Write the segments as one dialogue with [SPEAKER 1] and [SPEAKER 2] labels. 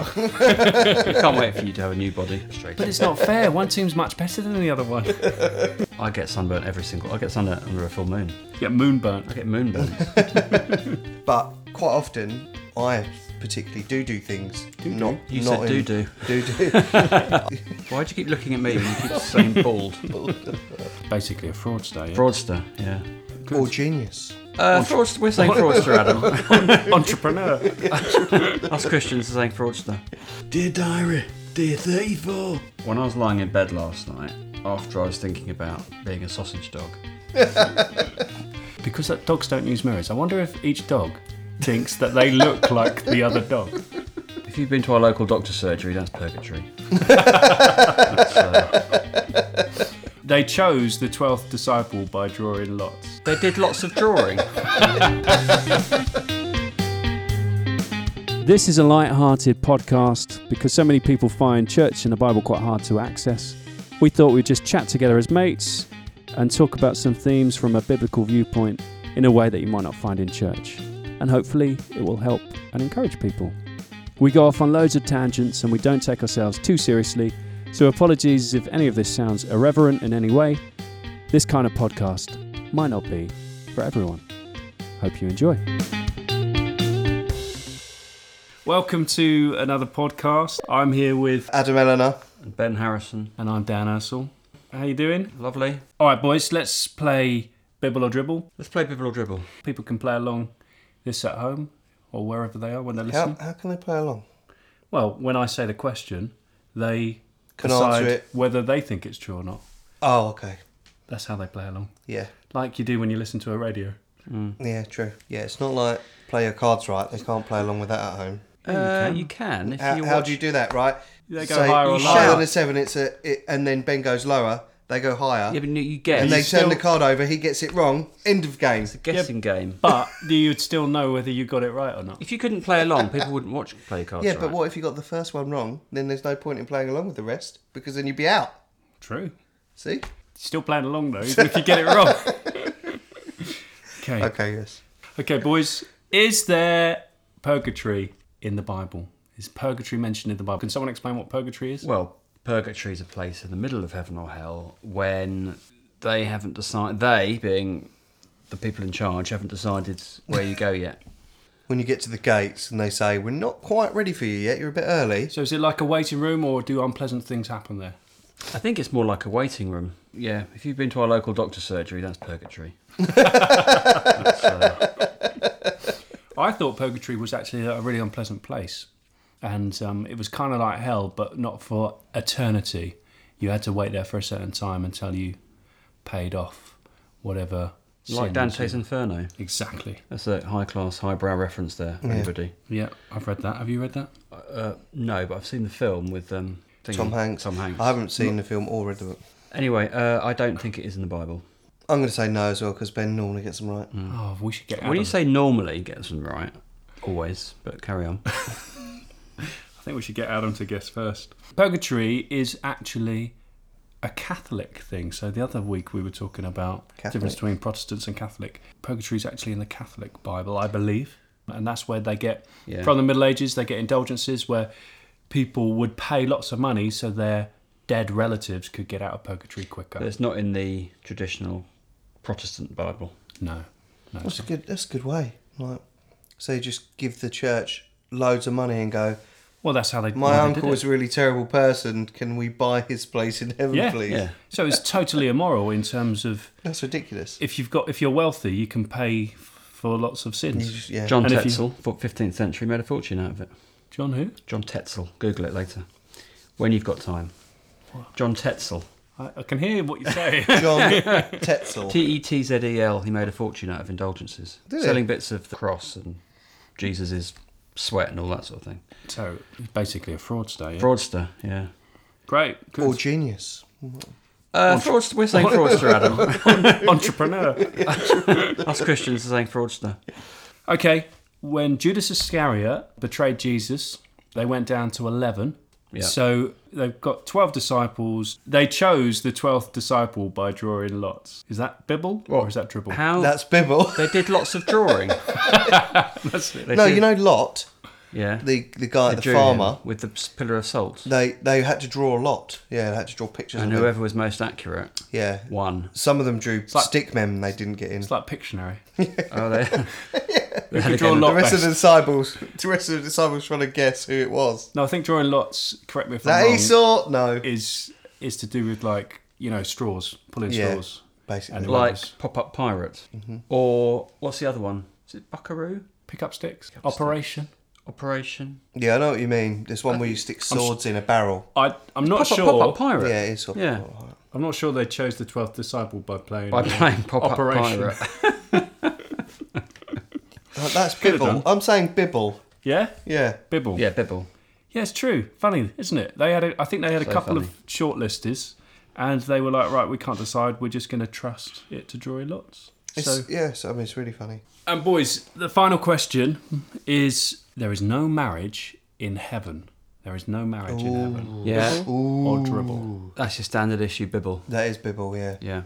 [SPEAKER 1] I can't wait for you to have a new body.
[SPEAKER 2] But it's not fair. One team's much better than the other one.
[SPEAKER 1] I get sunburnt every single. I get sunburnt under a full moon.
[SPEAKER 2] You get moonburnt.
[SPEAKER 1] I get moonburnt.
[SPEAKER 3] But quite often, I particularly do do things. Not
[SPEAKER 1] You
[SPEAKER 3] not
[SPEAKER 1] said
[SPEAKER 3] in-
[SPEAKER 1] doo-doo.
[SPEAKER 3] doo-doo.
[SPEAKER 1] Why do you keep looking at me when you keep saying bald?
[SPEAKER 2] Basically a fraudster. Yeah?
[SPEAKER 1] Fraudster. Yeah.
[SPEAKER 3] or genius.
[SPEAKER 1] Uh, fraudster. We're saying fraudster, Adam.
[SPEAKER 2] Entrepreneur.
[SPEAKER 1] Us Christians are saying fraudster.
[SPEAKER 4] Dear Diary, Dear 34.
[SPEAKER 1] When I was lying in bed last night, after I was thinking about being a sausage dog,
[SPEAKER 2] Because that dogs don't use mirrors, I wonder if each dog thinks that they look like the other dog.
[SPEAKER 1] if you've been to our local doctor's surgery, that's purgatory.
[SPEAKER 2] They chose the 12th disciple by drawing lots.
[SPEAKER 1] They did lots of drawing.
[SPEAKER 2] This is a light-hearted podcast because so many people find church and the Bible quite hard to access. We thought we'd just chat together as mates and talk about some themes from a biblical viewpoint in a way that you might not find in church. And hopefully it will help and encourage people. We go off on loads of tangents and we don't take ourselves too seriously, so apologies if any of this sounds irreverent in any way. This kind of podcast might not be for everyone. Hope you enjoy. Welcome to another podcast. I'm here with,
[SPEAKER 3] Adam Eleanor.
[SPEAKER 1] And Ben Harrison.
[SPEAKER 2] and I'm Dan Ursel. How you doing?
[SPEAKER 1] Lovely.
[SPEAKER 2] All right, boys, let's play Bibble or Dribble.
[SPEAKER 1] Let's play Bibble or Dribble.
[SPEAKER 2] People can play along this at home or wherever they are when they're
[SPEAKER 3] How,
[SPEAKER 2] listening.
[SPEAKER 3] how can they play along?
[SPEAKER 2] Well, when I say the question, they
[SPEAKER 3] Can
[SPEAKER 2] decide
[SPEAKER 3] answer it.
[SPEAKER 2] whether they think it's true or not.
[SPEAKER 3] Oh, okay.
[SPEAKER 2] That's how they play along,
[SPEAKER 3] Yeah.
[SPEAKER 2] like you do when you listen to a radio.
[SPEAKER 3] Yeah, true. Yeah, it's not like play your cards right. They can't play along with that at home.
[SPEAKER 1] Uh, you can. If
[SPEAKER 3] How,
[SPEAKER 1] you
[SPEAKER 3] how
[SPEAKER 1] watch-
[SPEAKER 3] do you do that, right?
[SPEAKER 2] They go higher or
[SPEAKER 3] you
[SPEAKER 2] lower.
[SPEAKER 3] shout on a seven, it's a, it, and then Ben goes lower. They go higher,
[SPEAKER 1] Yeah, but you guess.
[SPEAKER 3] and they
[SPEAKER 1] it's
[SPEAKER 3] turn
[SPEAKER 2] still-
[SPEAKER 3] the card over. He gets it wrong. End of game.
[SPEAKER 1] a guessing game.
[SPEAKER 2] But you'd still know whether you got it right or not.
[SPEAKER 1] If you couldn't play along, people wouldn't watch you play cards.
[SPEAKER 3] Yeah,
[SPEAKER 1] right?
[SPEAKER 3] but what if you got the first one wrong? Then there's no point in playing along with the rest because then you'd be out.
[SPEAKER 2] True.
[SPEAKER 3] See?
[SPEAKER 2] Still playing along though, even if you get it wrong. okay.
[SPEAKER 3] Okay, yes.
[SPEAKER 2] Okay, boys. Is there purgatory in the Bible? Is purgatory mentioned in the Bible? Can someone explain what purgatory is?
[SPEAKER 1] Well, purgatory is a place in the middle of heaven or hell when they haven't decided. They, being the people in charge, haven't decided where you go yet.
[SPEAKER 3] When you get to the gates and they say we're not quite ready for you yet, you're a bit early.
[SPEAKER 2] So is it like a waiting room, or do unpleasant things happen there?
[SPEAKER 1] I think it's more like a waiting room. Yeah, if you've been to our local doctor's surgery, that's purgatory.
[SPEAKER 2] I thought purgatory was actually a really unpleasant place, and um, it was kind of like hell, but not for eternity. You had to wait there for a certain time until you paid off whatever.
[SPEAKER 1] Like
[SPEAKER 2] sins
[SPEAKER 1] Dante's
[SPEAKER 2] you-
[SPEAKER 1] Inferno.
[SPEAKER 2] Exactly.
[SPEAKER 1] That's a high class, highbrow reference there, everybody.
[SPEAKER 2] Yeah, I've read that. Have you read that?
[SPEAKER 1] Uh, no, but I've seen the film with um, thingy-
[SPEAKER 3] Tom Hanks.
[SPEAKER 1] Tom Hanks.
[SPEAKER 3] I haven't seen the film or read the book.
[SPEAKER 1] Anyway, uh, I don't think it is in the Bible.
[SPEAKER 3] I'm going to say no as well because Ben normally gets them
[SPEAKER 1] Mm.
[SPEAKER 3] right.
[SPEAKER 2] Oh, we should get.
[SPEAKER 1] When
[SPEAKER 2] Adam-
[SPEAKER 1] you say normally, gets them right. Always, but carry on.
[SPEAKER 2] I think we should get Adam to guess first. Purgatory is actually a Catholic thing. So the other week we were talking about the difference
[SPEAKER 3] Catholic.
[SPEAKER 2] between Protestants and Catholic. Purgatory is actually in the Catholic Bible, I believe, and that's where they get
[SPEAKER 1] Yeah.
[SPEAKER 2] from the Middle Ages. They get indulgences where people would pay lots of money so their dead relatives could get out of purgatory
[SPEAKER 1] But
[SPEAKER 2] quicker.
[SPEAKER 1] it's not in the traditional Protestant Bible.
[SPEAKER 2] No, no.
[SPEAKER 3] That's a good. That's a good way. Like, so you just give the church loads of money and go.
[SPEAKER 2] Well, that's how they.
[SPEAKER 3] My
[SPEAKER 2] how they did
[SPEAKER 3] uncle
[SPEAKER 2] it.
[SPEAKER 3] is a really terrible person. Can we buy his place in heaven,
[SPEAKER 2] Yeah.
[SPEAKER 3] please?
[SPEAKER 1] Yeah.
[SPEAKER 2] So it's totally immoral in terms of
[SPEAKER 3] That's ridiculous.
[SPEAKER 2] if you've got if you're wealthy, you can pay for lots of
[SPEAKER 3] You
[SPEAKER 2] sins.
[SPEAKER 3] just- yeah.
[SPEAKER 1] John
[SPEAKER 2] And if you-
[SPEAKER 1] Tetzel, for 15th century, made a fortune out of it.
[SPEAKER 2] John, who?
[SPEAKER 1] John Tetzel. Google it later. When you've got time. John Tetzel.
[SPEAKER 2] I, I can hear what you say.
[SPEAKER 3] John Tetzel.
[SPEAKER 1] T E T Z E L. He made a fortune out of indulgences.
[SPEAKER 3] Did he?
[SPEAKER 1] selling bits of the cross and Jesus' sweat and all that sort of thing.
[SPEAKER 2] so basically a fraudster. Yeah?
[SPEAKER 1] Fraudster, yeah.
[SPEAKER 2] Great, good.
[SPEAKER 3] or genius.
[SPEAKER 1] Uh, fraudster, we're saying fraudster, Adam.
[SPEAKER 2] entrepreneur.
[SPEAKER 1] Us Christians are saying fraudster.
[SPEAKER 2] Okay, when Judas Iscariot betrayed Jesus, they went down to eleven.
[SPEAKER 1] Yeah.
[SPEAKER 2] So they've got twelve disciples. They chose the twelfth disciple by drawing lots. Is that bibble or is that dribble?
[SPEAKER 1] How?
[SPEAKER 3] That's Bibble.
[SPEAKER 1] They did lots of drawing.
[SPEAKER 2] That's it.
[SPEAKER 1] They
[SPEAKER 3] No,
[SPEAKER 1] did-
[SPEAKER 3] you know Lot.
[SPEAKER 1] Yeah.
[SPEAKER 3] the the guy,
[SPEAKER 1] They
[SPEAKER 3] the
[SPEAKER 1] drew him
[SPEAKER 3] farmer,
[SPEAKER 1] with the s- pillar of salt,
[SPEAKER 3] they they had to draw a lot. Yeah, they had to draw pictures.
[SPEAKER 1] and
[SPEAKER 3] of
[SPEAKER 1] whoever was most accurate
[SPEAKER 3] It. Yeah.
[SPEAKER 1] won.
[SPEAKER 3] Some of them drew
[SPEAKER 2] like-
[SPEAKER 3] stick men. They didn't get in.
[SPEAKER 2] It's like Pictionary.
[SPEAKER 1] Oh, they.
[SPEAKER 2] You
[SPEAKER 1] again,
[SPEAKER 2] can draw
[SPEAKER 1] the
[SPEAKER 3] the
[SPEAKER 2] lot
[SPEAKER 3] rest
[SPEAKER 2] best.
[SPEAKER 3] of the disciples, the rest of the disciples, trying to guess who it was.
[SPEAKER 2] No, I think drawing lots. Correct me if
[SPEAKER 3] Is that
[SPEAKER 2] I'm wrong.
[SPEAKER 3] Esau? No.
[SPEAKER 2] Is is to do with like you know straws, pulling
[SPEAKER 3] Yeah.
[SPEAKER 2] straws.
[SPEAKER 3] Basically,
[SPEAKER 2] And
[SPEAKER 3] like,
[SPEAKER 1] like Pop Up Pirate,
[SPEAKER 3] Mm-hmm.
[SPEAKER 1] or what's the other one? Is it Buckaroo
[SPEAKER 2] Pick up sticks. Operation.
[SPEAKER 1] Operation?
[SPEAKER 3] yeah, I know what you mean. There's one where you stick swords in a barrel.
[SPEAKER 2] I I'm not
[SPEAKER 1] Pop Up
[SPEAKER 2] sure.
[SPEAKER 1] Pop Up Pirate.
[SPEAKER 3] Yeah, Esau.
[SPEAKER 1] Yeah.
[SPEAKER 2] I'm not sure they chose the twelfth disciple by playing
[SPEAKER 1] By
[SPEAKER 2] uh,
[SPEAKER 1] playing Pop Up
[SPEAKER 2] Operation.
[SPEAKER 1] Pirate.
[SPEAKER 3] Uh, That's
[SPEAKER 2] Could've
[SPEAKER 3] Bibble.
[SPEAKER 2] done.
[SPEAKER 3] I'm saying Bibble.
[SPEAKER 2] Yeah,
[SPEAKER 3] Yeah.
[SPEAKER 2] Bibble.
[SPEAKER 1] Yeah, Bibble.
[SPEAKER 2] Yeah, it's true. Funny, isn't it? They had, a, I think they had a
[SPEAKER 1] So
[SPEAKER 2] couple
[SPEAKER 1] funny.
[SPEAKER 2] of shortlisters, and they were like, right, we can't decide. We're just going to trust it to draw lots.
[SPEAKER 3] It's,
[SPEAKER 2] So,
[SPEAKER 3] yeah, so, I mean, it's really funny.
[SPEAKER 2] and boys, the final question is: There is no marriage in heaven. There is no marriage in heaven.
[SPEAKER 1] Yeah,
[SPEAKER 2] Or dribble.
[SPEAKER 1] that's your standard issue Bibble.
[SPEAKER 3] That is Bibble, yeah.
[SPEAKER 1] Yeah.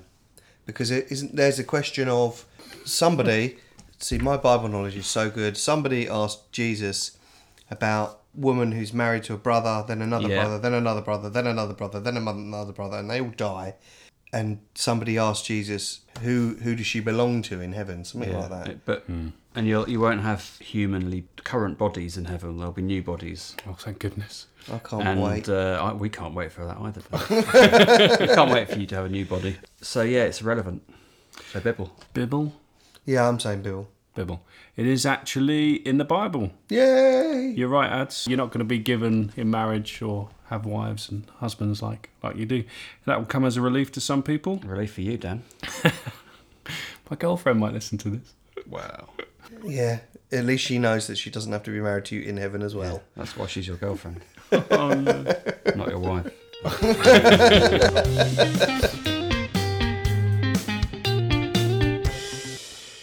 [SPEAKER 3] Because it isn't. There's a question of somebody. see, my Bible knowledge is so good. Somebody asked Jesus about woman who's married to a brother, then another
[SPEAKER 1] Yeah.
[SPEAKER 3] brother, then another brother, then another brother, then another- another brother, and they all die. And somebody asked Jesus, "Who who does she belong to in heaven?" Something
[SPEAKER 1] yeah.
[SPEAKER 3] like that.
[SPEAKER 1] But and you'll you won't have humanly current bodies in heaven. There'll be new bodies.
[SPEAKER 2] Oh, thank goodness.
[SPEAKER 3] I can't
[SPEAKER 1] and
[SPEAKER 3] wait.
[SPEAKER 1] Uh, I, we can't wait for that either. we can't wait for you to have a new body. So yeah, it's irrelevant. So Bibble.
[SPEAKER 2] Bibble,
[SPEAKER 3] yeah, I'm saying Bill.
[SPEAKER 2] Bibble. It is actually in the Bible.
[SPEAKER 3] Yay!
[SPEAKER 2] You're right, Ads. You're not going to be given in marriage or have wives and husbands like like you do. That will come as a relief to some people.
[SPEAKER 1] Relief for you, Dan.
[SPEAKER 2] My girlfriend might listen to this.
[SPEAKER 1] Wow.
[SPEAKER 3] Yeah. At least she knows that she doesn't have to be married to you in heaven as well.
[SPEAKER 1] That's why she's your girlfriend,
[SPEAKER 2] Oh, no.
[SPEAKER 1] not your wife.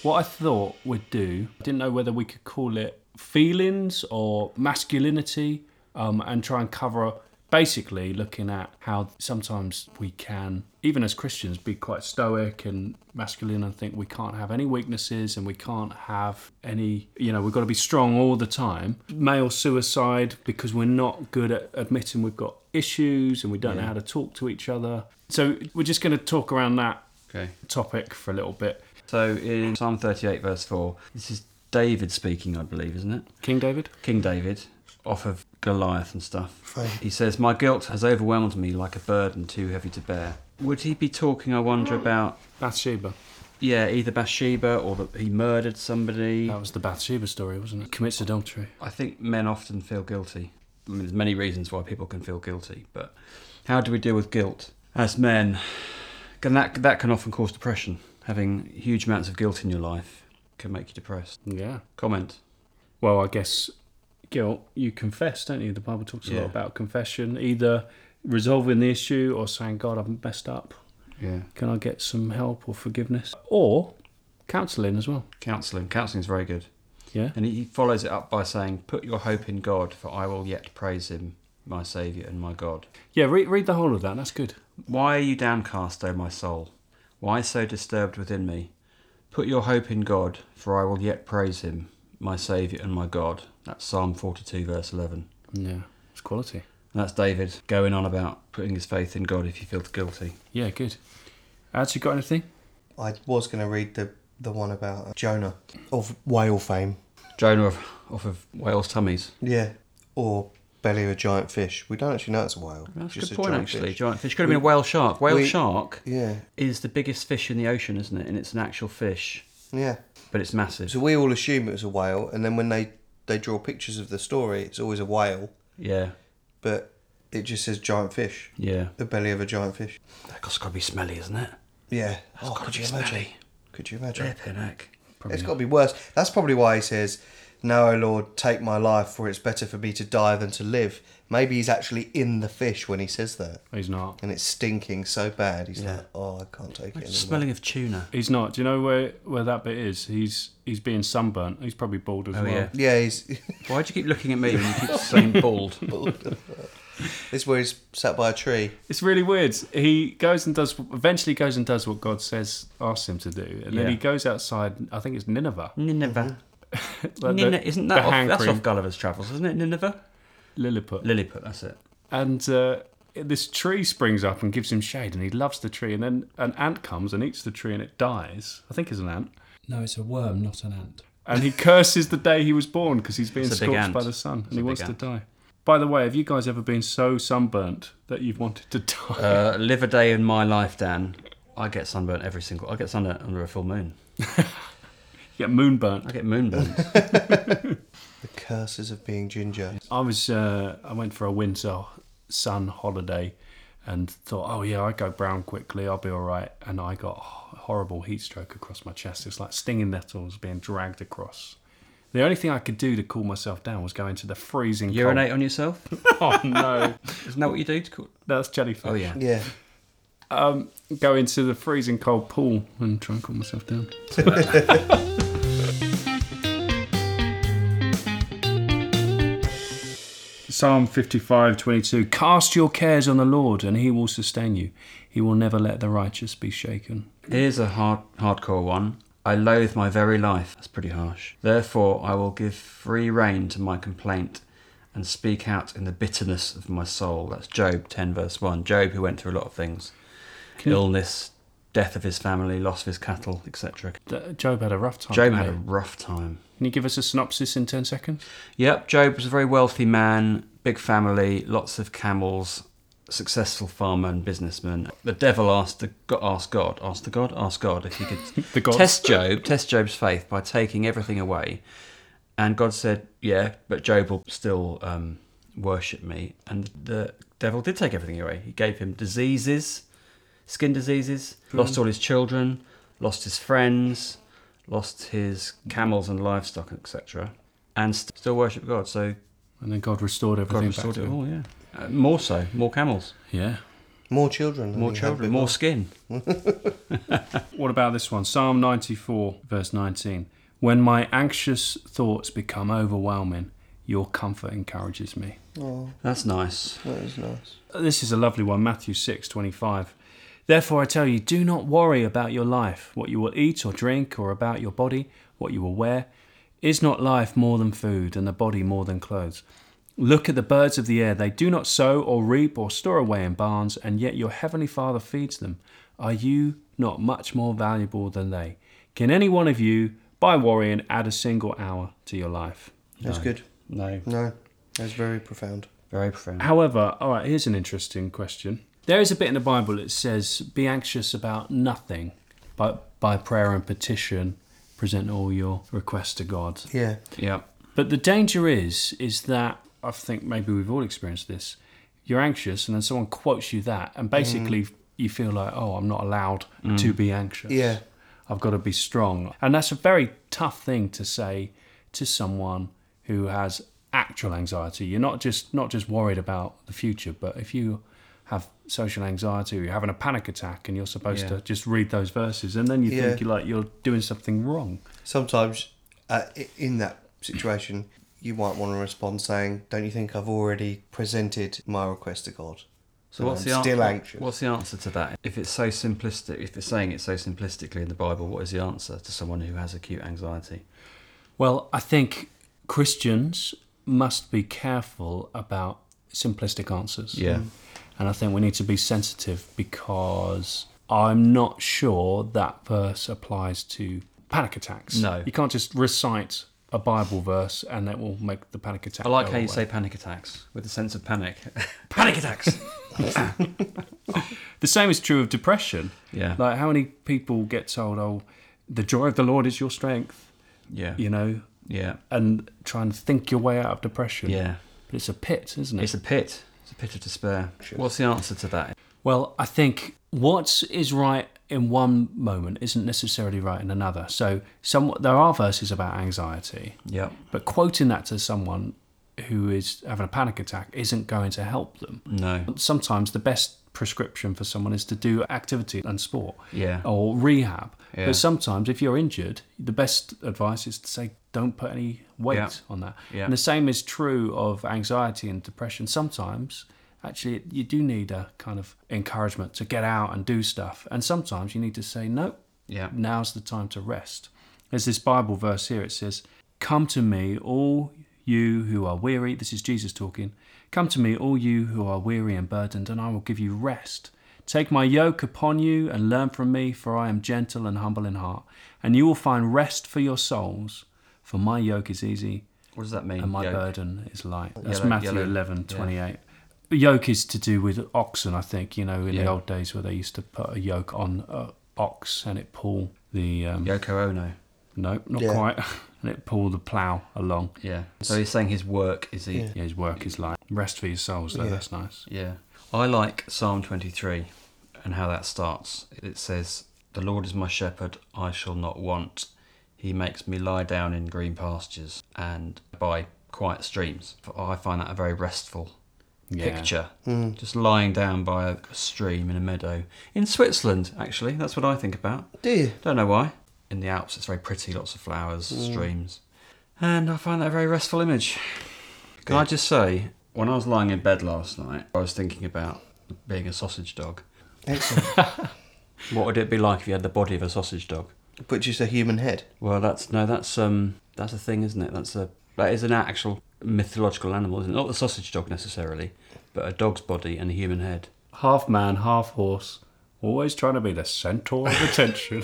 [SPEAKER 2] What I thought we'd do, I didn't know whether we could call it feelings or masculinity, um, and try and cover basically looking at how sometimes we can, even as Christians, be quite stoic and masculine and think we can't have any weaknesses and we can't have any, you know, we've got to be strong all the time. Male suicide because we're not good at admitting we've got issues and we don't know how to talk to each other. So we're just going to talk around that
[SPEAKER 1] Okay.
[SPEAKER 2] topic for a little bit.
[SPEAKER 1] So in Psalm 38, verse 4, this is David speaking, I believe, isn't it?
[SPEAKER 2] King David?
[SPEAKER 1] King David, off of Goliath and stuff.
[SPEAKER 3] Right.
[SPEAKER 1] He says, My guilt has overwhelmed me like a burden too heavy to bear. Would he be talking, I wonder, about,
[SPEAKER 2] Bathsheba.
[SPEAKER 1] yeah, either Bathsheba or that he murdered somebody?
[SPEAKER 2] That was the Bathsheba story, wasn't it? Commits adultery.
[SPEAKER 1] I think men often feel guilty. I mean, there's many reasons why people can feel guilty, but how do we deal with guilt as men? Can that that can often cause depression. Having huge amounts of guilt in your life can make you depressed.
[SPEAKER 2] Yeah.
[SPEAKER 1] Comment.
[SPEAKER 2] Well, I guess guilt, you confess, don't you? The Bible talks a
[SPEAKER 1] Yeah.
[SPEAKER 2] lot about confession, either resolving the issue or saying, God, I've messed up.
[SPEAKER 1] Yeah.
[SPEAKER 2] Can I get some help or forgiveness? Or counselling as well.
[SPEAKER 1] Counseling. Counseling is very good.
[SPEAKER 2] Yeah.
[SPEAKER 1] And he follows it up by saying, Put your hope in God, for I will yet praise him, my Saviour and my God.
[SPEAKER 2] Yeah, read, read the whole of that. That's good.
[SPEAKER 1] Why are you downcast, O my soul? Why so disturbed within me? Put your hope in God, for I will yet praise him, my Saviour and my God. That's Psalm 42, verse 11.
[SPEAKER 2] Yeah. It's quality.
[SPEAKER 1] And that's David going on about putting his faith in God if he feels guilty.
[SPEAKER 2] Yeah, good. Ads, you got anything?
[SPEAKER 3] I was going to read the the one about uh, Jonah of whale fame.
[SPEAKER 1] Jonah off, off of whales' tummies.
[SPEAKER 3] Yeah. Or belly of a giant fish. We don't actually know it's a whale.
[SPEAKER 1] That's
[SPEAKER 3] just
[SPEAKER 1] a good point,
[SPEAKER 3] giant
[SPEAKER 1] actually.
[SPEAKER 3] fish.
[SPEAKER 1] Giant fish. Could have been a whale shark. Whale
[SPEAKER 3] we-
[SPEAKER 1] shark
[SPEAKER 3] Yeah.
[SPEAKER 1] is the biggest fish in the ocean, isn't it? And it's an actual fish,
[SPEAKER 3] Yeah.
[SPEAKER 1] but it's massive.
[SPEAKER 3] So we all assume it was a whale, and then when they they draw pictures of the story, it's always a whale,
[SPEAKER 1] Yeah,
[SPEAKER 3] but it just says giant fish.
[SPEAKER 1] yeah.
[SPEAKER 3] The belly of a giant fish.
[SPEAKER 1] That's got to be smelly, isn't it?
[SPEAKER 3] Yeah. oh,
[SPEAKER 1] gotta
[SPEAKER 3] could
[SPEAKER 1] be
[SPEAKER 3] you imagine?
[SPEAKER 1] smelly.
[SPEAKER 3] Could you imagine?
[SPEAKER 1] Flippin' heck.
[SPEAKER 3] It's got to be worse. That's probably why he says, "No, O Lord, take my life, for it's better for me to die than to live." Maybe he's actually in the fish when he says that.
[SPEAKER 2] He's not.
[SPEAKER 3] and it's stinking so bad. He's
[SPEAKER 1] Yeah.
[SPEAKER 3] like, oh, I can't take it
[SPEAKER 1] Imagine
[SPEAKER 3] anymore.
[SPEAKER 1] the smelling of tuna.
[SPEAKER 2] He's not. Do you know where, where that bit is? He's he's being sunburnt. He's probably bald as
[SPEAKER 1] Oh,
[SPEAKER 2] well.
[SPEAKER 1] yeah.
[SPEAKER 3] Yeah, he's.
[SPEAKER 1] Why do you keep looking at me when you keep saying bald?
[SPEAKER 3] this where he's sat by a tree.
[SPEAKER 2] It's really weird. He goes and does eventually goes and does what God says asks him to do, and then
[SPEAKER 1] Yeah.
[SPEAKER 2] he goes outside. I think it's Nineveh,
[SPEAKER 1] Nineveh.
[SPEAKER 2] Like the-
[SPEAKER 1] Nina, isn't
[SPEAKER 2] the
[SPEAKER 1] that off,
[SPEAKER 2] hand
[SPEAKER 1] that's
[SPEAKER 2] cream.
[SPEAKER 1] off Gulliver's Travels, isn't it? Nineveh,
[SPEAKER 2] Lilliput.
[SPEAKER 1] Lilliput. That's it.
[SPEAKER 2] and uh, this tree springs up and gives him shade, and he loves the tree. And then an ant comes and eats the tree, and it dies. I think it's an ant.
[SPEAKER 5] No, it's a worm, not an ant.
[SPEAKER 2] And he curses the day he was born because he's being
[SPEAKER 1] It's a big
[SPEAKER 2] scorched
[SPEAKER 1] ant.
[SPEAKER 2] by the sun,
[SPEAKER 1] It's
[SPEAKER 2] and
[SPEAKER 1] a
[SPEAKER 2] he
[SPEAKER 1] big
[SPEAKER 2] wants to
[SPEAKER 1] ant.
[SPEAKER 2] die. By the way, have you guys ever been so sunburnt that you've wanted to die?
[SPEAKER 1] Uh, live a day in my life, Dan. I get sunburnt every single. I get sunburnt under a full moon.
[SPEAKER 2] Yeah, moonburnt.
[SPEAKER 1] I get moonburnt.
[SPEAKER 3] The curses of being ginger.
[SPEAKER 2] I was uh, I went for a winter sun holiday and thought, oh yeah, I go brown quickly, I'll be all right. And I got a horrible heat stroke across my chest. It's like stinging nettles being dragged across. The only thing I could do to cool myself down was go into the freezing
[SPEAKER 1] Urinate on yourself?
[SPEAKER 2] cold. Oh no,
[SPEAKER 1] Isn't that what you do? To call...
[SPEAKER 2] that's jellyfish.
[SPEAKER 1] Oh yeah.
[SPEAKER 3] Yeah.
[SPEAKER 2] Um, go into the freezing cold pool and try and cool myself down. Psalm 55 22 Cast your cares on the Lord, and he will sustain you. He will never let the righteous be shaken.
[SPEAKER 1] Here's a hard, hardcore one. I loathe my very life. That's pretty harsh. Therefore, I will give free rein to my complaint and speak out in the bitterness of my soul. That's Job 10, verse 1. Job, who went through a lot of things
[SPEAKER 2] Can-
[SPEAKER 1] illness, death of his family, loss of his cattle, etc.
[SPEAKER 2] Th- Job had a rough time.
[SPEAKER 1] Job
[SPEAKER 2] didn't
[SPEAKER 1] had a
[SPEAKER 2] he?
[SPEAKER 1] rough time.
[SPEAKER 2] Can you give us a synopsis in 10 seconds?
[SPEAKER 1] Yep, Job was a very wealthy man, big family, lots of camels, successful farmer and businessman. The devil asked the go- asked God, asked the God, asked God if he could
[SPEAKER 2] The gods.
[SPEAKER 1] test Job, test Job's faith by taking everything away. And God said, "Yeah, but Job will still um, worship me." And the devil did take everything away. He gave him diseases, skin diseases,
[SPEAKER 2] Hmm.
[SPEAKER 1] lost all his children, lost his friends, lost his camels and livestock, etc. And st- still worship God. So
[SPEAKER 2] And then God restored
[SPEAKER 1] God
[SPEAKER 2] everything
[SPEAKER 1] restored
[SPEAKER 2] back
[SPEAKER 1] it
[SPEAKER 2] to him.
[SPEAKER 1] all. Yeah, uh, more so, more camels,
[SPEAKER 2] Yeah.
[SPEAKER 3] More children. than
[SPEAKER 1] more
[SPEAKER 3] we had
[SPEAKER 1] children,
[SPEAKER 3] before.
[SPEAKER 1] more skin.
[SPEAKER 2] What about this one? Psalm 94, verse 19. When my anxious thoughts become overwhelming, your comfort encourages me.
[SPEAKER 3] Oh,
[SPEAKER 1] That's nice.
[SPEAKER 3] that is nice.
[SPEAKER 2] This is a lovely one, Matthew 6, 25. Therefore I tell you, do not worry about your life, what you will eat or drink, or about your body, what you will wear. Is not life more than food, and the body more than clothes? Look at the birds of the air. They do not sow or reap or store away in barns, and yet your heavenly Father feeds them. Are you not much more valuable than they? Can any one of you, by worrying, add a single hour to your life?
[SPEAKER 3] That's good.
[SPEAKER 1] No,
[SPEAKER 3] No, that's very profound.
[SPEAKER 1] very profound.
[SPEAKER 2] However, all right, here's an interesting question. There is a bit in the Bible that says, "Be anxious about nothing, but by prayer and petition, present all your requests to God."
[SPEAKER 3] Yeah.
[SPEAKER 1] Yeah.
[SPEAKER 2] But the danger is, is that I think maybe we've all experienced this. You're anxious, and then someone quotes you that, and basically
[SPEAKER 3] Mm.
[SPEAKER 2] you feel like, "Oh, I'm not allowed to be anxious.
[SPEAKER 3] Yeah.
[SPEAKER 2] I've got to be strong." And that's a very tough thing to say to someone who has actual anxiety. You're not just not just worried about the future, but if you have social anxiety or you're having a panic attack and you're supposed
[SPEAKER 1] Yeah.
[SPEAKER 2] to just read those verses and then you
[SPEAKER 3] Yeah.
[SPEAKER 2] think you're like you're doing something wrong.
[SPEAKER 3] Sometimes uh, i- in that situation, you might want to respond saying, Don't you think I've already presented my request to God?
[SPEAKER 1] So what's
[SPEAKER 3] I'm
[SPEAKER 1] the
[SPEAKER 3] still
[SPEAKER 1] answer?
[SPEAKER 3] anxious.
[SPEAKER 1] What's the answer to that? If it's so simplistic, if it's saying it so simplistically in the Bible, what is the answer to someone who has acute anxiety?
[SPEAKER 2] Well, I think Christians must be careful about simplistic answers.
[SPEAKER 1] Yeah.
[SPEAKER 2] And I think we need to be sensitive because I'm not sure that verse applies to panic attacks.
[SPEAKER 1] No.
[SPEAKER 2] You can't just recite a Bible verse and that will make the panic attack.
[SPEAKER 1] I like
[SPEAKER 2] go
[SPEAKER 1] how you
[SPEAKER 2] away.
[SPEAKER 1] say panic attacks with a sense of panic. panic attacks.
[SPEAKER 2] The same is true of depression.
[SPEAKER 1] Yeah.
[SPEAKER 2] Like, how many people get told, oh, the joy of the Lord is your strength,
[SPEAKER 1] yeah.
[SPEAKER 2] you know,
[SPEAKER 1] Yeah.
[SPEAKER 2] and try and think your way out of depression.
[SPEAKER 1] Yeah.
[SPEAKER 2] But it's a pit, isn't it?
[SPEAKER 1] It's a pit. It's a pit of despair. What's the answer to that?
[SPEAKER 2] Well, I think what is right in one moment isn't necessarily right in another. So, some there are verses about anxiety,
[SPEAKER 1] Yeah.
[SPEAKER 2] but quoting that to someone who is having a panic attack isn't going to help them.
[SPEAKER 1] No.
[SPEAKER 2] Sometimes the best prescription for someone is to do activity and sport
[SPEAKER 1] Yeah.
[SPEAKER 2] or rehab.
[SPEAKER 1] Yeah.
[SPEAKER 2] But sometimes if you're injured, the best advice is to say don't put any weight
[SPEAKER 1] Yeah.
[SPEAKER 2] on that.
[SPEAKER 1] Yeah.
[SPEAKER 2] And the same is true of anxiety and depression. Sometimes actually you do need a kind of encouragement to get out and do stuff. And sometimes you need to say no.
[SPEAKER 1] Yeah.
[SPEAKER 2] Now's the time to rest. There's this Bible verse here it says Come to me, all you who are weary. This is Jesus talking. Come to me, all you who are weary and burdened, and I will give you rest. Take my yoke upon you and learn from me, for I am gentle and humble in heart, and you will find rest for your souls. For my yoke is easy
[SPEAKER 1] What does that mean?
[SPEAKER 2] and my
[SPEAKER 1] Yoke?
[SPEAKER 2] burden is light. That's
[SPEAKER 1] Yellow-
[SPEAKER 2] Matthew
[SPEAKER 1] yellow,
[SPEAKER 2] eleven
[SPEAKER 1] yeah.
[SPEAKER 2] twenty eight. Yoke is to do with oxen, I think. You know, in the
[SPEAKER 1] Yeah.
[SPEAKER 2] old days where they used to put a yoke on a ox and it pull the um,
[SPEAKER 1] Yoko Ono.
[SPEAKER 2] no, not
[SPEAKER 3] Yeah.
[SPEAKER 2] quite, and it pull the plough along.
[SPEAKER 1] Yeah. So he's saying his work is the. Yeah.
[SPEAKER 2] Yeah, his work is light. Rest for your souls, though.
[SPEAKER 3] Yeah.
[SPEAKER 2] That's nice.
[SPEAKER 1] I like Psalm 23 and how that starts. It says, The Lord is my shepherd, I shall not want. He makes me lie down in green pastures and by quiet streams. I find that a very restful
[SPEAKER 2] Yeah.
[SPEAKER 1] picture. Just lying down by a stream in a meadow. In Switzerland, actually, that's what I think about.
[SPEAKER 3] Do you?
[SPEAKER 1] Don't know why. In the Alps, it's very pretty, lots of flowers,
[SPEAKER 3] Mm.
[SPEAKER 1] streams. And I find that a very restful image. Can I just say, when I was lying in bed last night, I was thinking about being a sausage dog.
[SPEAKER 3] Excellent.
[SPEAKER 1] What would it be like if you had the body of a sausage dog?
[SPEAKER 3] Which is a human head.
[SPEAKER 1] Well, that's no, that's um, that's a thing, isn't it? That's a that is an actual mythological animal, isn't it? Not the sausage dog necessarily, but a dog's body and a human head.
[SPEAKER 2] Half man, half horse. Always trying to be the centre of attention.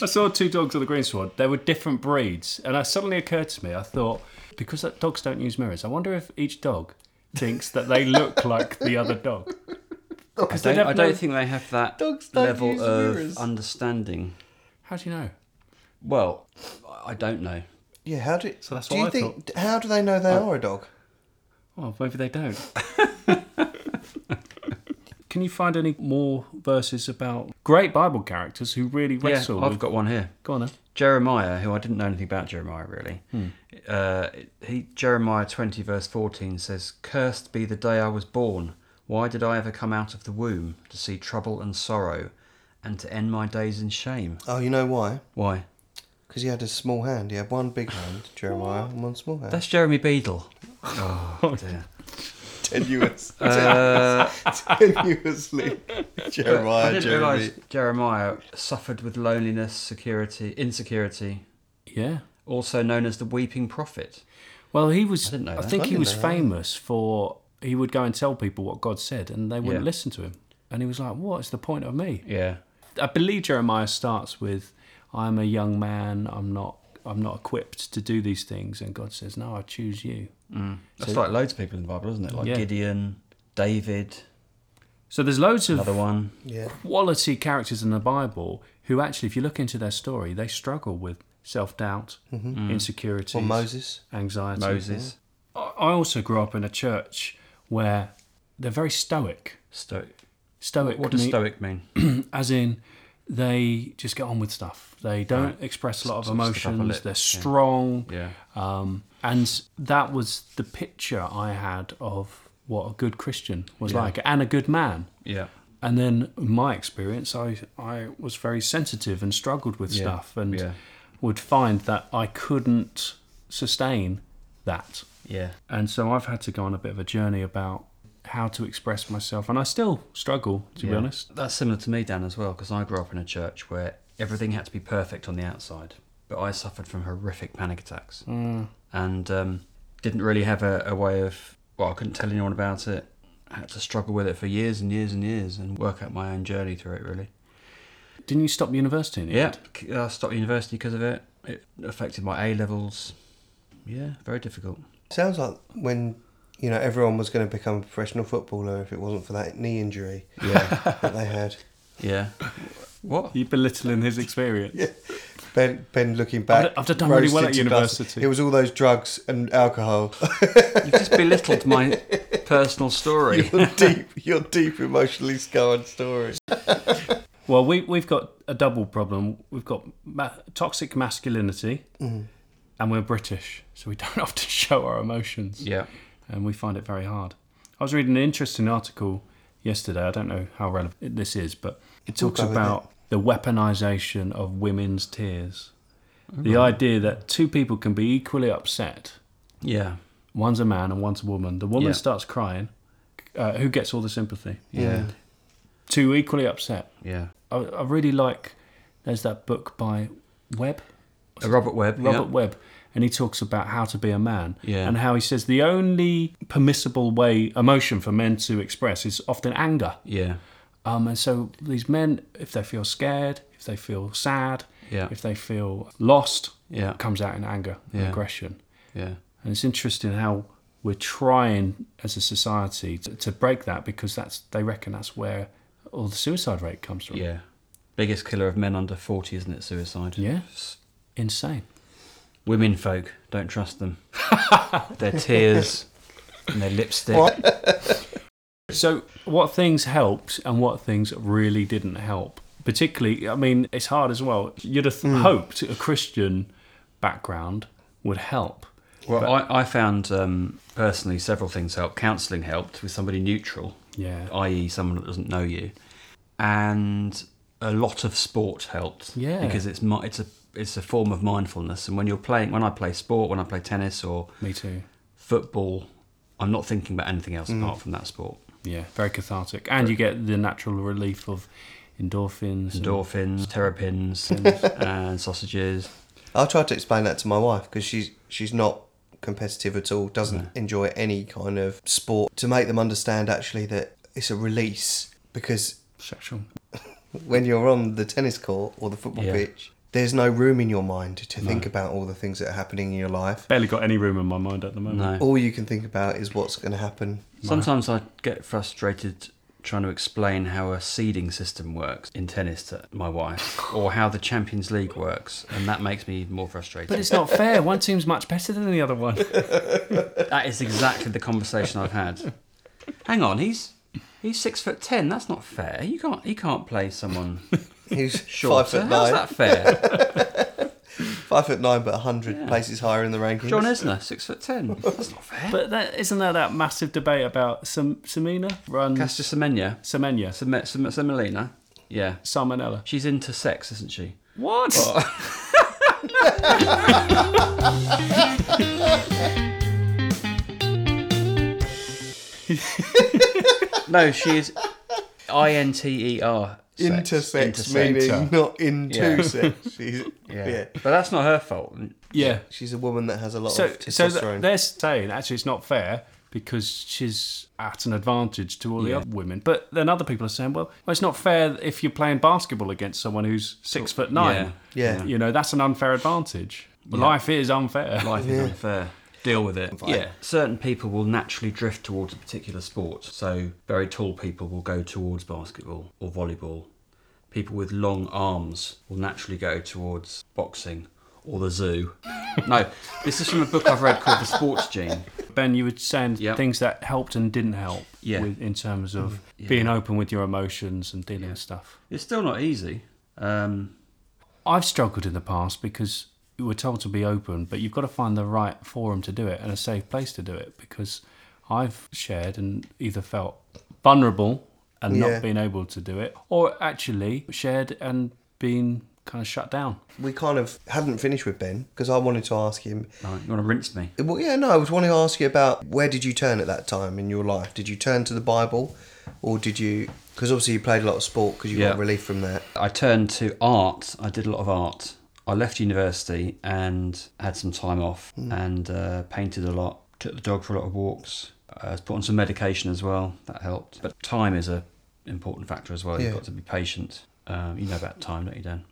[SPEAKER 2] I saw two dogs on the green sward. They were different breeds, and it suddenly occurred to me. I thought because that dogs don't use mirrors, I wonder if each dog thinks that they look like the other dog.
[SPEAKER 3] Oh,
[SPEAKER 1] I
[SPEAKER 2] Because
[SPEAKER 1] don't, I don't
[SPEAKER 2] know-
[SPEAKER 1] think they have that
[SPEAKER 3] Dogs don't
[SPEAKER 1] level
[SPEAKER 3] use
[SPEAKER 1] of
[SPEAKER 3] mirrors.
[SPEAKER 1] understanding.
[SPEAKER 2] How do you know?
[SPEAKER 1] Well, I don't know.
[SPEAKER 3] Yeah, how do
[SPEAKER 2] So that's
[SPEAKER 3] do
[SPEAKER 2] what
[SPEAKER 3] you
[SPEAKER 2] I
[SPEAKER 3] think how do they know they are a dog?
[SPEAKER 2] Well, maybe they don't. Can you find any more verses about great Bible characters who really wrestle?
[SPEAKER 1] yeah, I've
[SPEAKER 2] with...
[SPEAKER 1] got one here.
[SPEAKER 2] Go on then.
[SPEAKER 1] Jeremiah, who I didn't know anything about Jeremiah really,
[SPEAKER 2] Hmm.
[SPEAKER 1] uh, he Jeremiah twenty verse fourteen says, "Cursed be the day I was born. Why did I ever come out of the womb to see trouble and sorrow, and to end my days in shame?
[SPEAKER 3] Oh, you know why?
[SPEAKER 1] Why?
[SPEAKER 3] Because he had a small hand. He had one big hand, Jeremiah, and one small hand.
[SPEAKER 1] That's Jeremy Beadle. Oh dear.
[SPEAKER 3] tenuous.
[SPEAKER 1] Uh,
[SPEAKER 3] tenuously.
[SPEAKER 1] I
[SPEAKER 3] Jeremiah,
[SPEAKER 1] didn't
[SPEAKER 3] Jeremy.
[SPEAKER 1] realise Jeremiah suffered with loneliness, security, insecurity,
[SPEAKER 2] Yeah.
[SPEAKER 1] also known as the weeping prophet.
[SPEAKER 2] Well, he was. I,
[SPEAKER 1] didn't know that.
[SPEAKER 2] think
[SPEAKER 3] I
[SPEAKER 2] he
[SPEAKER 3] didn't
[SPEAKER 2] was
[SPEAKER 3] know that.
[SPEAKER 2] famous for he would go and tell people what God said, and they wouldn't
[SPEAKER 1] Yeah.
[SPEAKER 2] listen to him. And he was like, "What is the point of me?"
[SPEAKER 1] Yeah.
[SPEAKER 2] I believe Jeremiah starts with, "I'm a young man. I'm not. I'm not equipped to do these things." And God says, "No, I choose you."
[SPEAKER 1] That's like loads of people in the Bible, isn't it? Like
[SPEAKER 2] Yeah.
[SPEAKER 1] Gideon, David,
[SPEAKER 2] So there's loads of
[SPEAKER 1] another one.
[SPEAKER 3] Yeah.
[SPEAKER 2] quality characters in the Bible who actually, if you look into their story, they struggle with self doubt, Mm. insecurity,
[SPEAKER 3] Or Moses.
[SPEAKER 2] anxiety.
[SPEAKER 1] Mm-hmm. Moses.
[SPEAKER 2] I I also grew up in a church where they're very stoic.
[SPEAKER 1] Stoic.
[SPEAKER 2] Stoic.
[SPEAKER 1] What does
[SPEAKER 2] mean-
[SPEAKER 1] stoic mean?
[SPEAKER 2] as in they just get on with stuff. They don't express a lot of
[SPEAKER 1] Stick up a
[SPEAKER 2] emotions.
[SPEAKER 1] lip,
[SPEAKER 2] They're
[SPEAKER 1] yeah.
[SPEAKER 2] strong.
[SPEAKER 1] Yeah.
[SPEAKER 2] Um, and that was the picture I had of what a good Christian was like and a good man.
[SPEAKER 1] Yeah.
[SPEAKER 2] And then in my experience, I I was very sensitive and struggled with
[SPEAKER 1] Yeah.
[SPEAKER 2] stuff and
[SPEAKER 1] Yeah.
[SPEAKER 2] would find that I couldn't sustain that.
[SPEAKER 1] Yeah.
[SPEAKER 2] And so I've had to go on a bit of a journey about how to express myself, and I still struggle to be
[SPEAKER 1] Yeah.
[SPEAKER 2] honest.
[SPEAKER 1] That's similar to me, Dan, as well, because I grew up in a church where everything had to be perfect on the outside, but I suffered from horrific panic attacks and um, didn't really have a, a way of. Well, I couldn't tell anyone about it. I had to struggle with it for years and years and years and work out my own journey through it, really.
[SPEAKER 2] Didn't you stop university? In the
[SPEAKER 1] Yeah.
[SPEAKER 2] end?
[SPEAKER 1] I stopped university because of it. It affected my A levels. Yeah, very difficult.
[SPEAKER 3] Sounds like when you know everyone was going to become a professional footballer if it wasn't for that knee injury
[SPEAKER 1] Yeah.
[SPEAKER 3] that they had.
[SPEAKER 1] yeah. What?
[SPEAKER 2] You belittling his experience.
[SPEAKER 3] Ben, Ben looking back,
[SPEAKER 2] I've- I've done really well
[SPEAKER 3] roasted
[SPEAKER 2] at
[SPEAKER 3] to dust.
[SPEAKER 2] university.
[SPEAKER 3] It was all those drugs and alcohol.
[SPEAKER 1] You've just belittled my personal story.
[SPEAKER 3] your deep, your deep emotionally scarred story.
[SPEAKER 2] Well, we, we've got a double problem. We've got ma- toxic masculinity, and we're British, so we don't often show our emotions,
[SPEAKER 1] Yeah.
[SPEAKER 2] and we find it very hard. I was reading an interesting article yesterday. I don't know how relevant this is, but it talks
[SPEAKER 3] go with
[SPEAKER 2] about the weaponization of women's tears. The idea that two people can be equally upset
[SPEAKER 1] Yeah.
[SPEAKER 2] one's a man and one's a woman. The woman
[SPEAKER 1] Yeah.
[SPEAKER 2] starts crying. Uh, who gets all the sympathy?
[SPEAKER 1] Yeah.
[SPEAKER 2] two equally upset.
[SPEAKER 1] Yeah.
[SPEAKER 2] I, I really like. There's that book by Webb,
[SPEAKER 1] Uh, Robert Webb. yeah.
[SPEAKER 2] Robert Webb, and he talks about how to be a man.
[SPEAKER 1] Yeah.
[SPEAKER 2] And how he says the only permissible way emotion for men to express is often anger.
[SPEAKER 1] Yeah.
[SPEAKER 2] Um, and so these men, if they feel scared, if they feel sad,
[SPEAKER 1] Yeah.
[SPEAKER 2] if they feel lost,
[SPEAKER 1] Yeah.
[SPEAKER 2] it comes out in anger and
[SPEAKER 1] Yeah.
[SPEAKER 2] aggression.
[SPEAKER 1] Yeah.
[SPEAKER 2] And it's interesting how we're trying as a society to, to break that because that's they reckon that's where all the suicide rate comes from.
[SPEAKER 1] Yeah. Biggest killer of men under 40, isn't it? Suicide.
[SPEAKER 2] Yeah.
[SPEAKER 1] S-
[SPEAKER 2] Insane.
[SPEAKER 1] Women folk, don't trust them. their tears and their lipstick.
[SPEAKER 2] So, what things helped and what things really didn't help? Particularly, I mean, it's hard as well. You'd have hoped a Christian background would help.
[SPEAKER 1] Well, I, I found um, personally several things helped. Counselling helped with somebody neutral,
[SPEAKER 2] Yeah.
[SPEAKER 1] i.e., someone that doesn't know you, and a lot of sport helped.
[SPEAKER 2] Yeah.
[SPEAKER 1] because it's mi- it's a it's a form of mindfulness. And when you're playing, when I play sport, when I play tennis or
[SPEAKER 2] Me too.
[SPEAKER 1] football, I'm not thinking about anything else apart from that sport.
[SPEAKER 2] Yeah. Very cathartic. And you get the natural relief of endorphins. and-
[SPEAKER 1] Endorphins, terrapins, and sausages.
[SPEAKER 3] I tried to explain that to my wife because she's she's not competitive at all. Doesn't enjoy any kind of sport. To make them understand actually that it's a release because
[SPEAKER 2] sexual.
[SPEAKER 3] when you're on the tennis court or the football
[SPEAKER 1] Yeah.
[SPEAKER 3] pitch, there's no room in your mind to think about all the things that are happening in your life.
[SPEAKER 2] Barely got any room in my mind at the moment.
[SPEAKER 1] No.
[SPEAKER 3] All you can think about is what's going to happen.
[SPEAKER 1] Sometimes I get frustrated trying to explain how a seeding system works in tennis to my wife, or how the Champions League works, and that makes me even more frustrated.
[SPEAKER 2] But it's not fair. One team's much better than the other one.
[SPEAKER 1] that is exactly the conversation I've had. Hang on, he's he's six foot ten. That's not fair. You can't he can't play someone
[SPEAKER 3] He's
[SPEAKER 1] shorter.
[SPEAKER 3] five foot
[SPEAKER 1] How's
[SPEAKER 3] nine,
[SPEAKER 1] that fair?
[SPEAKER 3] five foot nine, but hundred places higher in the rankings.
[SPEAKER 1] John Isner, six foot ten. That's not fair.
[SPEAKER 2] But that, isn't there that massive debate about Sam, Samina? Run
[SPEAKER 1] Castor Semenya,
[SPEAKER 2] Semenya.
[SPEAKER 1] Sem- Sem- Semelina. Yeah,
[SPEAKER 2] Salmonella.
[SPEAKER 1] she's into sex, isn't she?
[SPEAKER 2] What?
[SPEAKER 1] No, she is I N T E R.
[SPEAKER 3] intersex, meaning not into
[SPEAKER 1] Yeah.
[SPEAKER 3] sex. She's, yeah.
[SPEAKER 1] Yeah. But that's not her fault.
[SPEAKER 2] Yeah.
[SPEAKER 3] she's a woman that has a lot
[SPEAKER 2] So,
[SPEAKER 3] of
[SPEAKER 2] so
[SPEAKER 3] testosterone.
[SPEAKER 2] th- they're saying actually it's not fair because she's at an advantage to all the other women. But then other people are saying, well, well, it's not fair if you're playing basketball against someone who's six foot nine.
[SPEAKER 3] Yeah. Yeah.
[SPEAKER 2] You know, that's an unfair advantage. Life is unfair.
[SPEAKER 1] Life is unfair. Deal with it. Yeah. Certain people will naturally drift towards a particular sport. So very tall people will go towards basketball or volleyball. People with long arms will naturally go towards boxing or the zoo. no, this is from a book I've read called The Sports Gene.
[SPEAKER 2] Ben, you were saying
[SPEAKER 1] Yep.
[SPEAKER 2] things that helped and didn't help
[SPEAKER 1] Yeah.
[SPEAKER 2] with, in terms of
[SPEAKER 3] Mm-hmm.
[SPEAKER 2] being open with your emotions and dealing with stuff.
[SPEAKER 1] It's still not easy. Um,
[SPEAKER 2] I've struggled in the past because you were told to be open, but you've got to find the right forum to do it and a safe place to do it because I've shared and either felt vulnerable and
[SPEAKER 3] Yeah.
[SPEAKER 2] not been able to do it, or actually shared and been kind of shut down.
[SPEAKER 3] we kind of hadn't finished with Ben because I wanted to ask him.
[SPEAKER 1] no, you want to rinse me?
[SPEAKER 3] Well, yeah, no, I was wanting to ask you about where did you turn at that time in your life? Did you turn to the Bible, or did you? Because obviously you played a lot of sport because you
[SPEAKER 1] Yeah.
[SPEAKER 3] got relief from that.
[SPEAKER 1] I turned to art. I did a lot of art. I left university and had some time off and uh, painted a lot. Took the dog for a lot of walks. I was put on some medication as well. That helped. But time is a important factor as well.
[SPEAKER 3] Yeah.
[SPEAKER 1] You've got to be patient. Um, you know about time, don't you, Dan?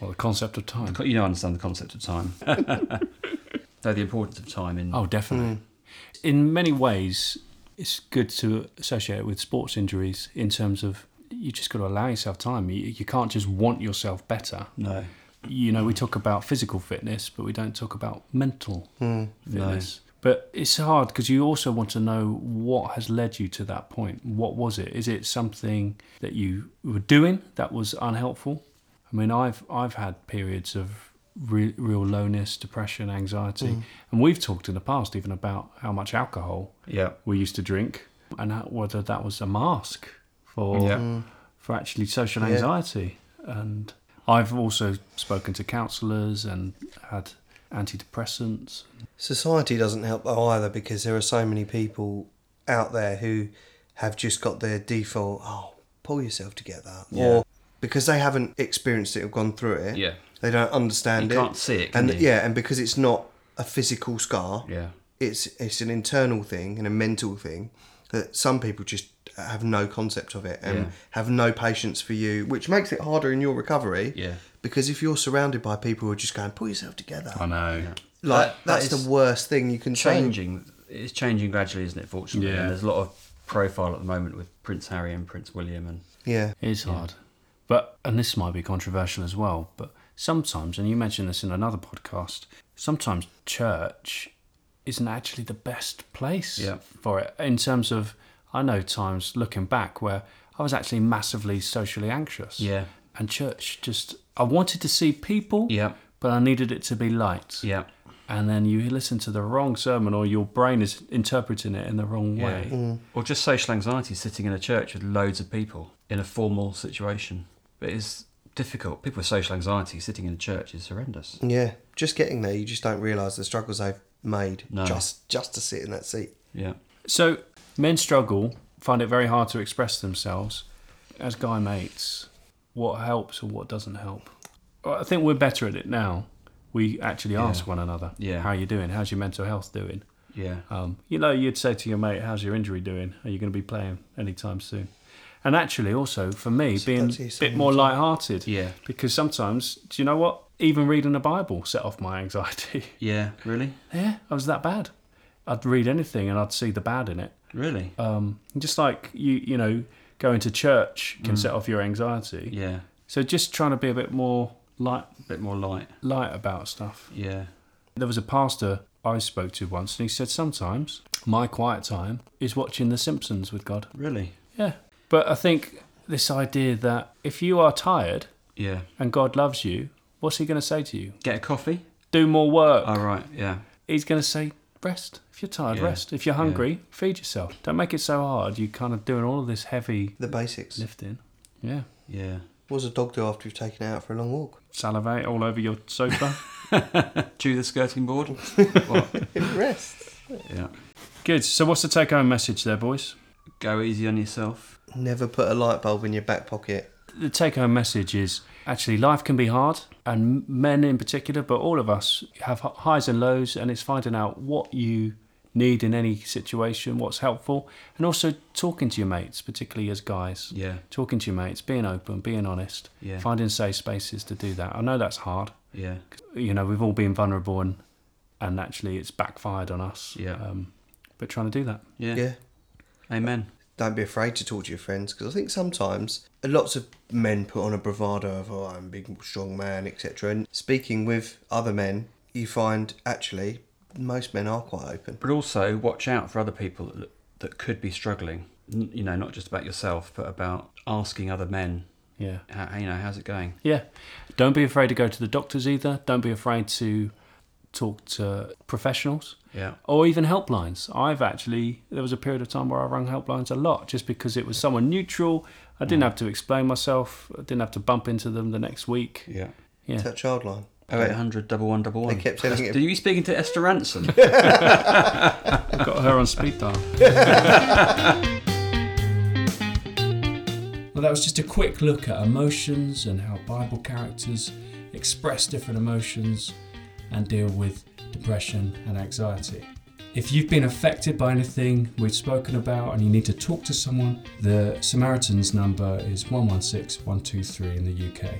[SPEAKER 2] Well, the concept of time.
[SPEAKER 1] You know, I understand the concept of time. so the importance of time in
[SPEAKER 2] Oh, definitely. In many ways, it's good to associate it with sports injuries in terms of you just got to allow yourself time. You, you can't just want yourself better.
[SPEAKER 1] no,
[SPEAKER 2] You know, we talk about physical fitness, but we don't talk about mental fitness. But it's hard because you also want to know what has led you to that point. What was it? Is it something that you were doing that was unhelpful? I mean, I've I've had periods of re- real lowness, depression, anxiety, and we've talked in the past even about how much alcohol
[SPEAKER 1] yeah,
[SPEAKER 2] we used to drink and how, whether that was a mask for
[SPEAKER 1] Yeah. Mm.
[SPEAKER 2] for actually social anxiety. And I've also spoken to counsellors and had antidepressants.
[SPEAKER 3] Society doesn't help though either because there are so many people out there who have just got their default. Oh, pull yourself together,
[SPEAKER 1] Yeah.
[SPEAKER 3] or because they haven't experienced it or gone through it,
[SPEAKER 1] Yeah.
[SPEAKER 3] they don't understand
[SPEAKER 1] You
[SPEAKER 3] it.
[SPEAKER 1] can't see it, can
[SPEAKER 3] and
[SPEAKER 1] you?
[SPEAKER 3] yeah, and because it's not a physical scar,
[SPEAKER 1] Yeah.
[SPEAKER 3] it's it's an internal thing and a mental thing that some people just have no concept of it and
[SPEAKER 1] Yeah.
[SPEAKER 3] have no patience for you, which makes it harder in your recovery.
[SPEAKER 1] Yeah.
[SPEAKER 3] Because if you're surrounded by people who are just going, pull yourself together,
[SPEAKER 6] I know.
[SPEAKER 1] That-
[SPEAKER 3] like
[SPEAKER 1] that
[SPEAKER 3] that's
[SPEAKER 1] is
[SPEAKER 3] the worst thing you can say.
[SPEAKER 1] changing. It's changing gradually, isn't it? Fortunately,
[SPEAKER 6] Yeah.
[SPEAKER 1] and there's a lot of profile at the moment with Prince Harry and Prince William, and
[SPEAKER 3] Yeah,
[SPEAKER 2] It is hard. But, and this might be controversial as well, but sometimes, and you mentioned this in another podcast, sometimes church isn't actually the best place
[SPEAKER 1] Yeah.
[SPEAKER 2] for it. In terms of, I know times looking back where I was actually massively socially anxious.
[SPEAKER 1] Yeah.
[SPEAKER 2] And church just, I wanted to see people,
[SPEAKER 1] Yeah.
[SPEAKER 2] but I needed it to be light.
[SPEAKER 1] yeah,
[SPEAKER 2] And then you listen to the wrong sermon or your brain is interpreting it in the wrong way.
[SPEAKER 1] or just social anxiety, sitting in a church with loads of people in a formal situation. But it's difficult. People with social anxiety sitting in a church is horrendous.
[SPEAKER 3] yeah. Just getting there, you just don't realise the struggles they've made
[SPEAKER 1] No.
[SPEAKER 3] just just to sit in that seat.
[SPEAKER 1] Yeah,
[SPEAKER 2] So men struggle, find it very hard to express themselves as guy mates. What helps or what doesn't help? Well, I think we're better at it now. We actually ask one another,
[SPEAKER 1] Yeah.
[SPEAKER 2] "How are you doing? How's your mental health doing?"
[SPEAKER 1] yeah,
[SPEAKER 2] Um, you know, you'd say to your mate, "How's your injury doing? Are you going to be playing anytime soon?" And actually, also for me, being
[SPEAKER 3] that's
[SPEAKER 2] a
[SPEAKER 3] it,
[SPEAKER 2] bit more light-hearted,
[SPEAKER 1] Yeah.
[SPEAKER 2] because sometimes, do you know what? Even reading the Bible set off my anxiety.
[SPEAKER 1] yeah. Really,
[SPEAKER 2] yeah, I was that bad. I'd read anything and I'd see the bad in it
[SPEAKER 1] really.
[SPEAKER 2] um, just like you you know going to church can set off your anxiety
[SPEAKER 1] Mm. Yeah,
[SPEAKER 2] so just trying to be a bit more light
[SPEAKER 1] a bit more light.
[SPEAKER 2] light about stuff
[SPEAKER 1] Yeah,
[SPEAKER 2] there was a pastor i spoke to once and he said sometimes my quiet time is watching the simpsons with god
[SPEAKER 1] really.
[SPEAKER 2] yeah but i think this idea that if you are tired
[SPEAKER 1] Yeah,
[SPEAKER 2] and god loves you what's he going to say to you
[SPEAKER 1] get a coffee.
[SPEAKER 2] do more work
[SPEAKER 1] All right. Yeah,
[SPEAKER 2] he's going to say rest if you're tired
[SPEAKER 1] Yeah.
[SPEAKER 2] rest if you're
[SPEAKER 1] Yeah.
[SPEAKER 2] hungry feed yourself don't make it so hard you're kind of doing all of this heavy
[SPEAKER 3] The basics.
[SPEAKER 2] lifting yeah
[SPEAKER 1] yeah.
[SPEAKER 3] What does a dog do after you've taken it out for a long walk?
[SPEAKER 2] salivate all over your sofa.
[SPEAKER 1] Chew the skirting board. What?
[SPEAKER 3] It rests.
[SPEAKER 1] Yeah.
[SPEAKER 2] Good. So, what's the take home message there, boys?
[SPEAKER 1] Go easy on yourself.
[SPEAKER 3] Never put a light bulb in your back pocket.
[SPEAKER 2] The take home message is actually life can be hard, and men in particular, but all of us have h- highs and lows, and it's finding out what you need in any situation, what's helpful, and also talking to your mates, particularly as guys.
[SPEAKER 1] Yeah.
[SPEAKER 2] Talking to your mates, being open, being honest,
[SPEAKER 1] Yeah.
[SPEAKER 2] finding safe spaces to do that. I know that's hard.
[SPEAKER 1] Yeah.
[SPEAKER 2] You know, we've all been vulnerable, and, and actually, it's backfired on us.
[SPEAKER 1] Yeah.
[SPEAKER 2] Um, but trying to do that.
[SPEAKER 1] Yeah.
[SPEAKER 3] Yeah.
[SPEAKER 1] Amen.
[SPEAKER 3] Don't be afraid to talk to your friends because I think sometimes lots of men put on a bravado of oh I'm a big strong man etc. And speaking with other men, you find actually most men are quite open.
[SPEAKER 1] But also watch out for other people that, that could be struggling. N- You know, not just about yourself, but about asking other men,
[SPEAKER 2] Yeah.
[SPEAKER 1] how, you know, how's it going?
[SPEAKER 2] Yeah. Don't be afraid to go to the doctors either. Don't be afraid to talk to professionals
[SPEAKER 1] Yeah.
[SPEAKER 2] or even helplines. I've actually, there was a period of time where I rang helplines a lot just because it was someone neutral. I didn't have to explain myself. I didn't have to bump into them the next week.
[SPEAKER 1] Yeah.
[SPEAKER 2] Yeah.
[SPEAKER 3] It's that child line.
[SPEAKER 1] Oh, 0800 1111.
[SPEAKER 3] They kept telling it-
[SPEAKER 1] Are you speaking to Esther Ranson?
[SPEAKER 2] I've got her on speed dial.
[SPEAKER 5] Well, that was just a quick look at emotions and how Bible characters express different emotions and deal with depression and anxiety. If you've been affected by anything we've spoken about and you need to talk to someone, the Samaritans number is 116 123 in the UK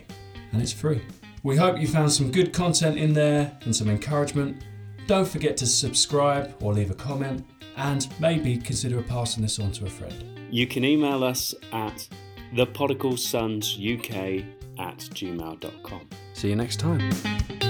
[SPEAKER 5] and it's free. We hope you found some good content in there and some encouragement. Don't forget to subscribe or leave a comment and maybe consider passing this on to a friend.
[SPEAKER 2] You can email us at thepodiclesonsuk at gmail.com. See you next time.